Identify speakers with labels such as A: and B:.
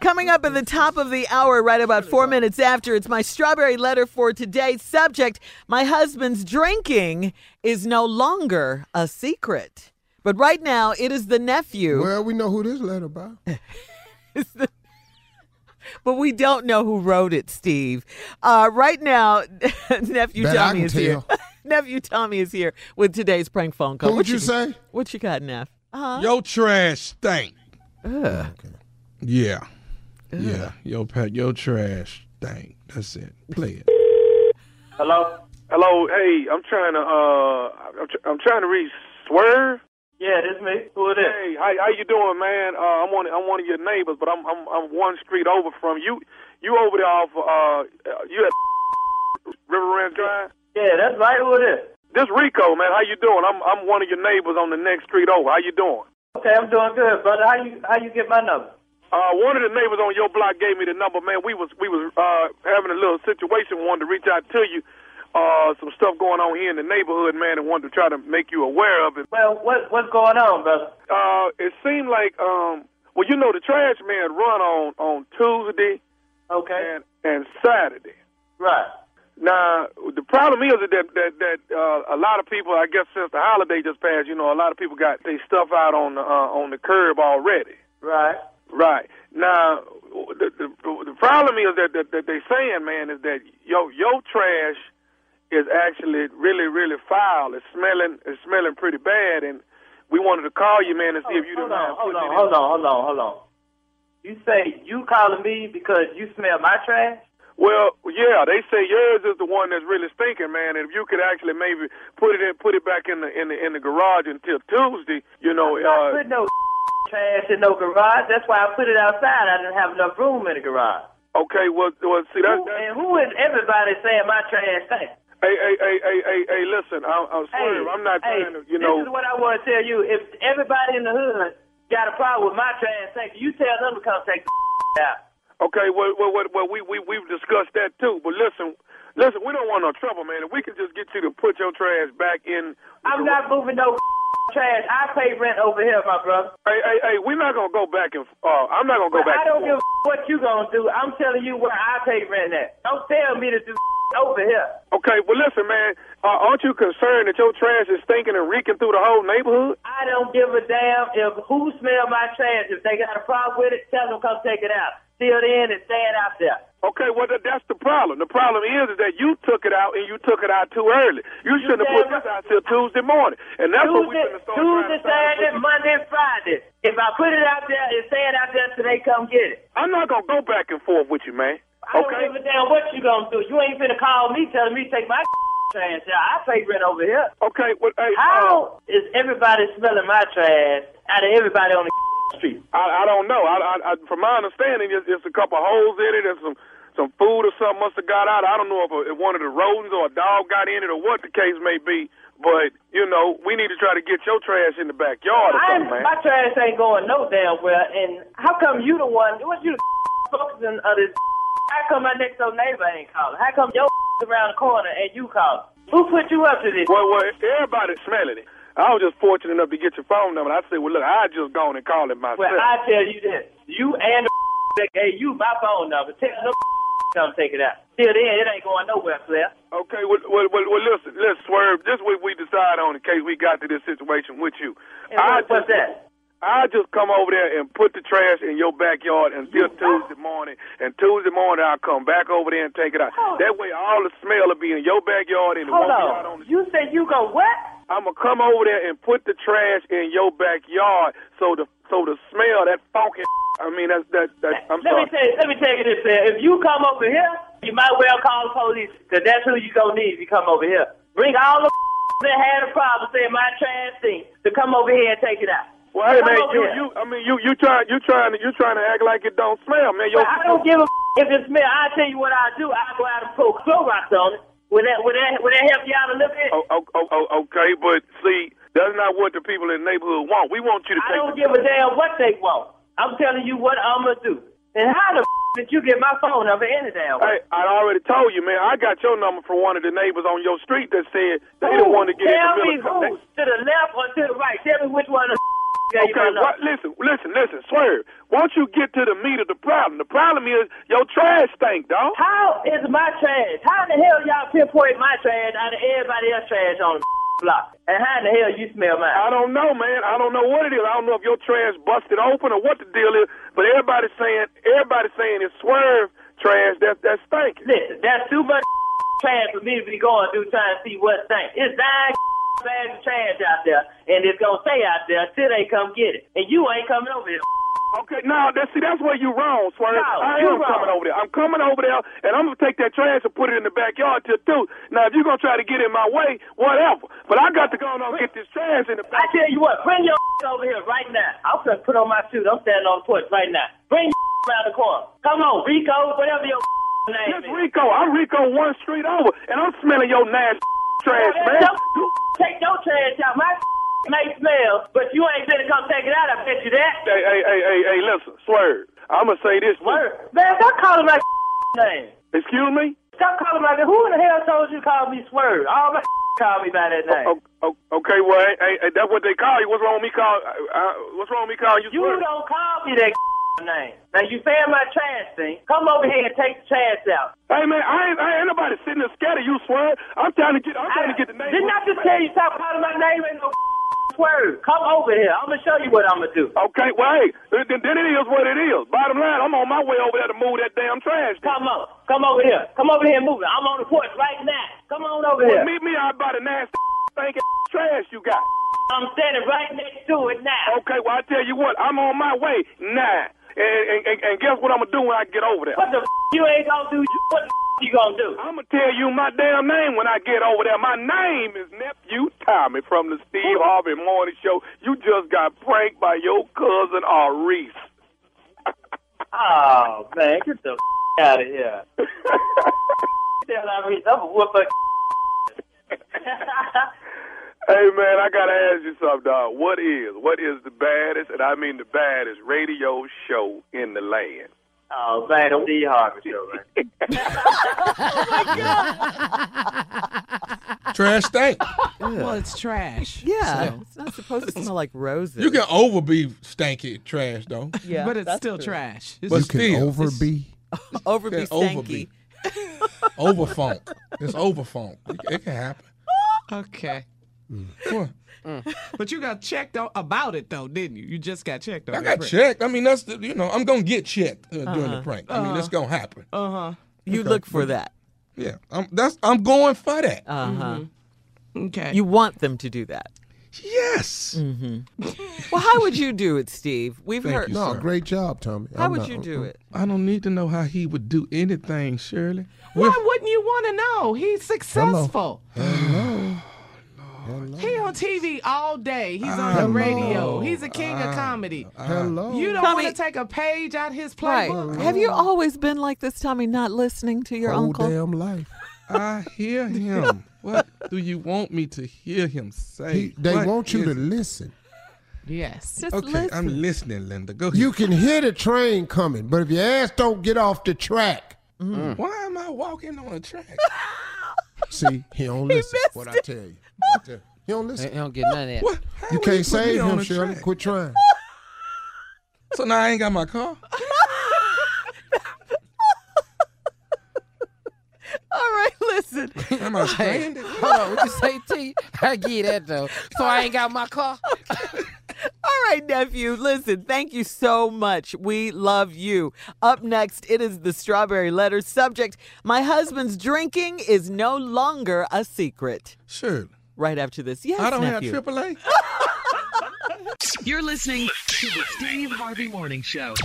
A: Coming up at the top of the hour, right about four minutes after, it's my strawberry letter for today's subject. My husband's drinking is no longer a secret. But right now, it is the nephew.
B: Well, we know who this letter about.
A: but we don't know who wrote it, Steve. Uh, right now, nephew
B: Bet I
A: Tommy
B: can
A: is here.
B: tell.
A: nephew Tommy is here with today's prank phone call.
B: Who'd you say?
A: What you got, Neff? Uh-huh.
C: Your trash stink. Yeah. Yeah. Your pet your trash stink. That's it. Play it.
D: Hello.
E: Hello, hey, I'm trying to uh, I'm, tr- I'm trying to reach Swerve.
D: Yeah, this me. Who it is?
E: Hey, how, how you doing, man? Uh, I'm one I'm one of your neighbors, but I'm I'm I'm one street over from you. You over there off uh uh, you at River Ranch Drive?
D: Yeah, that's right. Who it is?
E: This Rico, man, how you doing? I'm I'm one of your neighbors on the next street over. How you doing?
D: Okay, I'm doing good, brother. How you how you get my number?
E: Uh, one of the neighbors on your block gave me the number, man. We was we was uh, having a little situation, wanted to reach out to you. Uh, some stuff going on here in the neighborhood, man, and wanted to try to make you aware of it.
D: Well, what what's going on, brother?
E: uh, it seemed like um, well, you know, the trash man run on on Tuesday
D: Okay.
E: and and Saturday.
D: Right.
E: Now the problem is that that that uh, a lot of people, I guess, since the holiday just passed, you know, a lot of people got their stuff out on the uh, on the curb already.
D: Right.
E: Right now, the the, the problem is that that, that they saying, man, is that your your trash is actually really really foul. It's smelling it's smelling pretty bad, and we wanted to call you, man, and see if you
D: Oh, hold
E: didn't
D: on,
E: mind
D: hold
E: putting
D: on,
E: it in.
D: hold on, hold on, hold on. You say you calling me because you smell my trash?
E: Well, yeah, they say yours is the one that's really stinking, man. And if you could actually maybe put it in, put it back in the in the in the garage until Tuesday, you know.
D: I
E: Uh,
D: put no trash in no garage. That's why I put it outside. I didn't have enough room in the garage.
E: okay, well, well, see
D: Who,
E: that. that
D: and who is everybody saying my trash thing?
E: hey, hey, hey, hey, hey, hey, listen, I, I'm sorry, I'm not
D: hey,
E: trying to, you
D: This is
E: know.
D: what I want to tell you. If everybody in the hood got a problem with my trash tank, you tell them to come take the out.
E: Okay, well, well, well, well, we we we've discussed that too. But listen, listen, we don't want no trouble, man. If we can just get you to put your trash back in, the
D: I'm
E: garage-
D: not moving no trash. I pay rent over here, my brother.
E: Hey, hey, hey, we're not gonna go back and. Uh, I'm not gonna go back.
D: I don't
E: and
D: give a what you gonna do. I'm telling you where I pay rent at. Don't tell me to do over here.
E: Okay, well, listen, man. Uh, aren't you concerned that your trash is stinking and reeking through the whole neighborhood?
D: I don't give a damn if who smell my trash. If they got a problem with it, tell them come take it out. Till then, it's staying out there.
E: Okay, well, that, that's the problem. The problem is, is that you took it out and you took it out too early. You shouldn't have put
D: damn
E: this out till Tuesday morning, and that's what we're
D: Tuesday,
E: gonna start
D: Tuesday,
E: trying to
D: Saturday,
E: stop.
D: Monday, and Friday. If I put it out there, it's staying out there till they come get it.
E: I'm not gonna go back and forth with you, man.
D: I
E: okay.
D: don't give a damn what you gonna do. You ain't finna call me telling me to take my trash out. I pay rent over here.
E: Okay. Well, hey, uh,
D: How is everybody smelling my trash out of everybody on the street?
E: I, I don't know. I, I, I, from my understanding, it's, it's a couple holes in it and some some food or something must have got out. I don't know if, a, if one of the rodents or a dog got in it or what the case may be. But you know, we need to try to get your trash in the backyard or
D: I,
E: something, man.
D: my trash ain't going no damn well. And how come you the one? What you the focusing on this? How come my next door neighbor ain't calling? How come your around the corner and you calling? Who put you up to this?
E: Well, well, everybody's smelling it. I was just fortunate enough to get your phone number. I said, well, look, I just gone and called it myself.
D: Well, I tell you this: you and the that gave you my phone number. Tell them to come take it out. Till then, it ain't going nowhere, player.
E: Okay, well, well, well, well listen, let's swerve. This week we decide on in case we got to this situation with you.
D: And what, what's
E: just,
D: that?
E: I just come over there and put the trash in your backyard until Tuesday morning. And Tuesday morning I'll come back over there and take it out.
D: Oh.
E: That way all the smell will be in your backyard and it won't
D: Hold
E: be out on
D: on.
E: the
D: You said you go what?
E: I'm gonna come over there and put the trash in your backyard so the so the smell that funky. I mean that's that that I'm sorry.
D: let me tell you, let me tell you this, man. If you come over here, you might well call the police, 'cause that's who you gonna need if you come over here. Bring all the that had a problem saying my trash thing to come over here and take it out.
E: well, hey
D: Come
E: man,
D: over
E: you
D: here.
E: you I mean you you trying you trying to you trying to act like it don't smell, man. Your,
D: Well, I don't give a if it's me. I tell you what I do. I go out and pour Clorox on it. Would that would that would that help you out a little bit?
E: oh, oh, oh, oh, okay, but see that's not what the people in the neighborhood want. We want you to
D: I
E: take.
D: don't give a damn what they want. I'm telling you what I'm gonna do. And how the did you get my phone number any damn
E: Hey,
D: way?
E: I already told you, man. I got your number from one of the neighbors on your street that said they didn't want to get in
D: Tell
E: the
D: me
E: middle. of-
D: who, to the left or to the right. Tell me which one of the Yeah, you
E: okay,
D: don't know.
E: what, listen, listen, listen, swerve. Won't you get to the meat of the problem? The problem is your trash stink, dog.
D: How is my trash? How in the hell y'all pinpoint my trash out of everybody else's trash on the block? And how in the hell you smell mine?
E: I don't know, man. I don't know what it is. I don't know if your trash busted open or what the deal is. But everybody's saying, everybody's saying it's swerve trash. That that's stinking.
D: Listen, that's too much trash for me to be going through trying to see what thing. It's nine bags of trash out there, and it's gonna stay out there till they come get it. And you ain't coming over here.
E: Okay, now that's see that's where you wrong, Swerve.
D: No,
E: I
D: you
E: am
D: wrong.
E: coming over there. I'm coming over there, and I'm gonna take that trash and put it in the backyard till two. Now if you're gonna try to get in my way, whatever. But I got to go on and get this trash in the
D: I
E: back.
D: tell you what, bring your over here right now. I'm gonna put on my shoes. I'm standing on the porch right now. Bring your around the corner. Come on, Rico, whatever your name
E: It's
D: is.
E: Rico. I'm Rico one street over, and I'm smelling your nasty trash, man. You-
D: Take your trash out. My may smell, but you ain't gonna come take it out. I bet you that.
E: Hey, hey, hey, hey, hey, listen, Swerve. I'm gonna say this. to you.
D: Word. Man, stop calling my name.
E: Excuse me.
D: Stop calling my name. Who in the hell told you to call me Swerve? All my call me by that name.
E: O- o- okay, well, hey, hey, hey, that's what they call you. What's wrong with me call? Uh, uh, what's wrong with me calling you?
D: You
E: Swerve?
D: don't call me that name. Now you saying my trash thing. Come over here and take the trash out.
E: Hey man, I ain't, I ain't nobody sitting there scared of you, Swerve. I'm trying to get, I'm trying to get the name.
D: Didn't I just tell you stop calling my name? Ain't no Swerve. Come over here. I'm gonna show you what I'm gonna do.
E: Okay, well, hey, then, then it is what it is. Bottom line, I'm on my way over there to move that damn trash.
D: Come on. Come over here. Come over here and move it. I'm on the porch right now. Come on over here.
E: Meet me out by the nasty stinking trash you got.
D: I'm standing right next to it now.
E: Okay, well, I tell you what, I'm on my way now. And, and, and, and guess what I'm going to do when I get over there?
D: What the you ain't gonna do? What the you gonna do?
E: I'm going to tell you my damn name when I get over there. My name is Nephew Tommy from the Steve Harvey Morning Show. You just got pranked by your cousin, Reese.
D: Oh man, get the out of here. Tell Iris, I'm a whooper.
E: Hey man, I gotta ask you something, dog. What is what is the baddest, and I mean the baddest radio show in the land?
D: oh man, I'm D Harvey show, man.
C: Trash stink.
B: Well, it's trash.
A: Yeah,
B: so-
A: it's not supposed to smell like roses.
C: You can over be stanky trash though.
A: yeah,
B: but it's
A: that's
B: still
A: true.
B: trash. It's
C: But
B: just-
F: Can
C: still,
F: over be
A: Over be
C: it's over
A: stanky.
C: be over funk. It's over funk. It, it can happen.
B: okay.
C: What?
B: But you got checked o- about it though, didn't you? You just got checked on
C: I
B: it,
C: got
B: right?
C: checked. I mean, that's the, you know, I'm gonna get checked uh, during the prank. I mean, that's gonna happen.
A: You look for that.
C: Yeah, I'm that's I'm going for that.
A: Uh huh.
B: Mm-hmm. Okay.
A: You want them to do that.
C: yes.
A: Well, how would you do it, Steve? We've
C: Thank
A: heard.
C: you,
F: no
C: sir.
F: great job tommy
A: How
F: I'm
A: would
F: not-
A: you
F: I'm-
A: do it?
C: I don't need to know how he would do anything, Shirley. We're-
B: Why wouldn't you want to know? He's successful.
F: hello
B: He on TV all day. He's on the radio. He's a king
C: Ah.
B: of comedy.
F: hello
B: Uh, You don't
A: Tommy-
B: want to take a page out his
A: Right.
B: playbook.
A: Have you always been like this, Tommy? Not listening to
C: Oh,
A: your
F: whole
A: uncle.
F: damn life
C: I hear him. what do you want me to hear him say?
F: He- they
C: What
F: want you
C: is-
F: to listen
B: Yes.
A: Just
C: Okay,
A: listen.
C: I'm listening, Linda. Go ahead.
F: you can hear the train coming but if your ass don't get off the track
C: Why am I walking on a track?
F: see he don't listen what i tell you I tell you. he don't listen
G: He don't get none of that.
C: what? How
F: you can't
C: would put me
F: save
C: on
F: him
C: a
F: shirley
C: track?
F: quit trying
C: So now I ain't got my car.
A: All right, listen.
C: Am I stranded?
G: Hold on, what you say, T? I get that though. So I ain't got my car.
A: All right, nephew. Listen, thank you so much. We love you. Up next, it is the strawberry letter subject. My husband's drinking is no longer a secret.
C: Shirley,
A: Right after this, yes,
C: I don't
A: nephew.
C: have AAA.
H: You're listening to the Steve Harvey Morning Show.